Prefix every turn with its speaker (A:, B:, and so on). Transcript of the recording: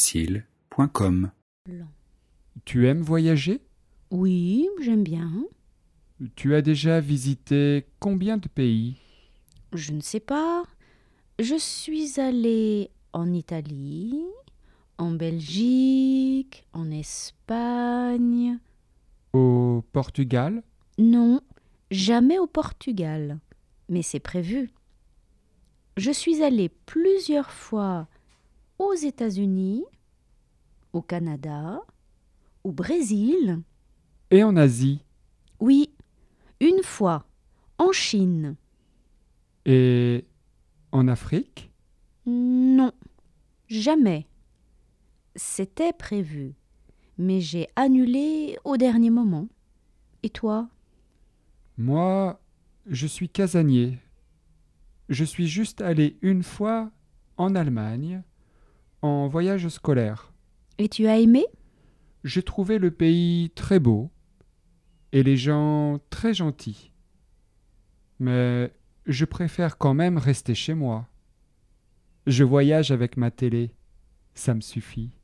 A: podcastfrancaisfacile.com
B: Lent.
C: Tu aimes voyager
B: Oui, j'aime bien.
C: Tu as déjà visité combien de pays
B: Je ne sais pas. Je suis allée en Italie, en Belgique, en Espagne.
C: Au Portugal
B: Non, jamais au Portugal. Mais c'est prévu. Je suis allée plusieurs fois aux États-Unis, au Canada, au Brésil.
C: et en Asie.
B: Oui, une fois, en Chine.
C: Et en Afrique
B: Non, jamais. C'était prévu, mais j'ai annulé au dernier moment. Et toi
C: Moi, je suis casanier. Je suis juste allé une fois en Allemagne, en voyage scolaire.
B: Et tu as aimé
C: J'ai trouvé le pays très beau et les gens très gentils. Mais je préfère quand même rester chez moi. Je voyage avec ma télé, ça me suffit.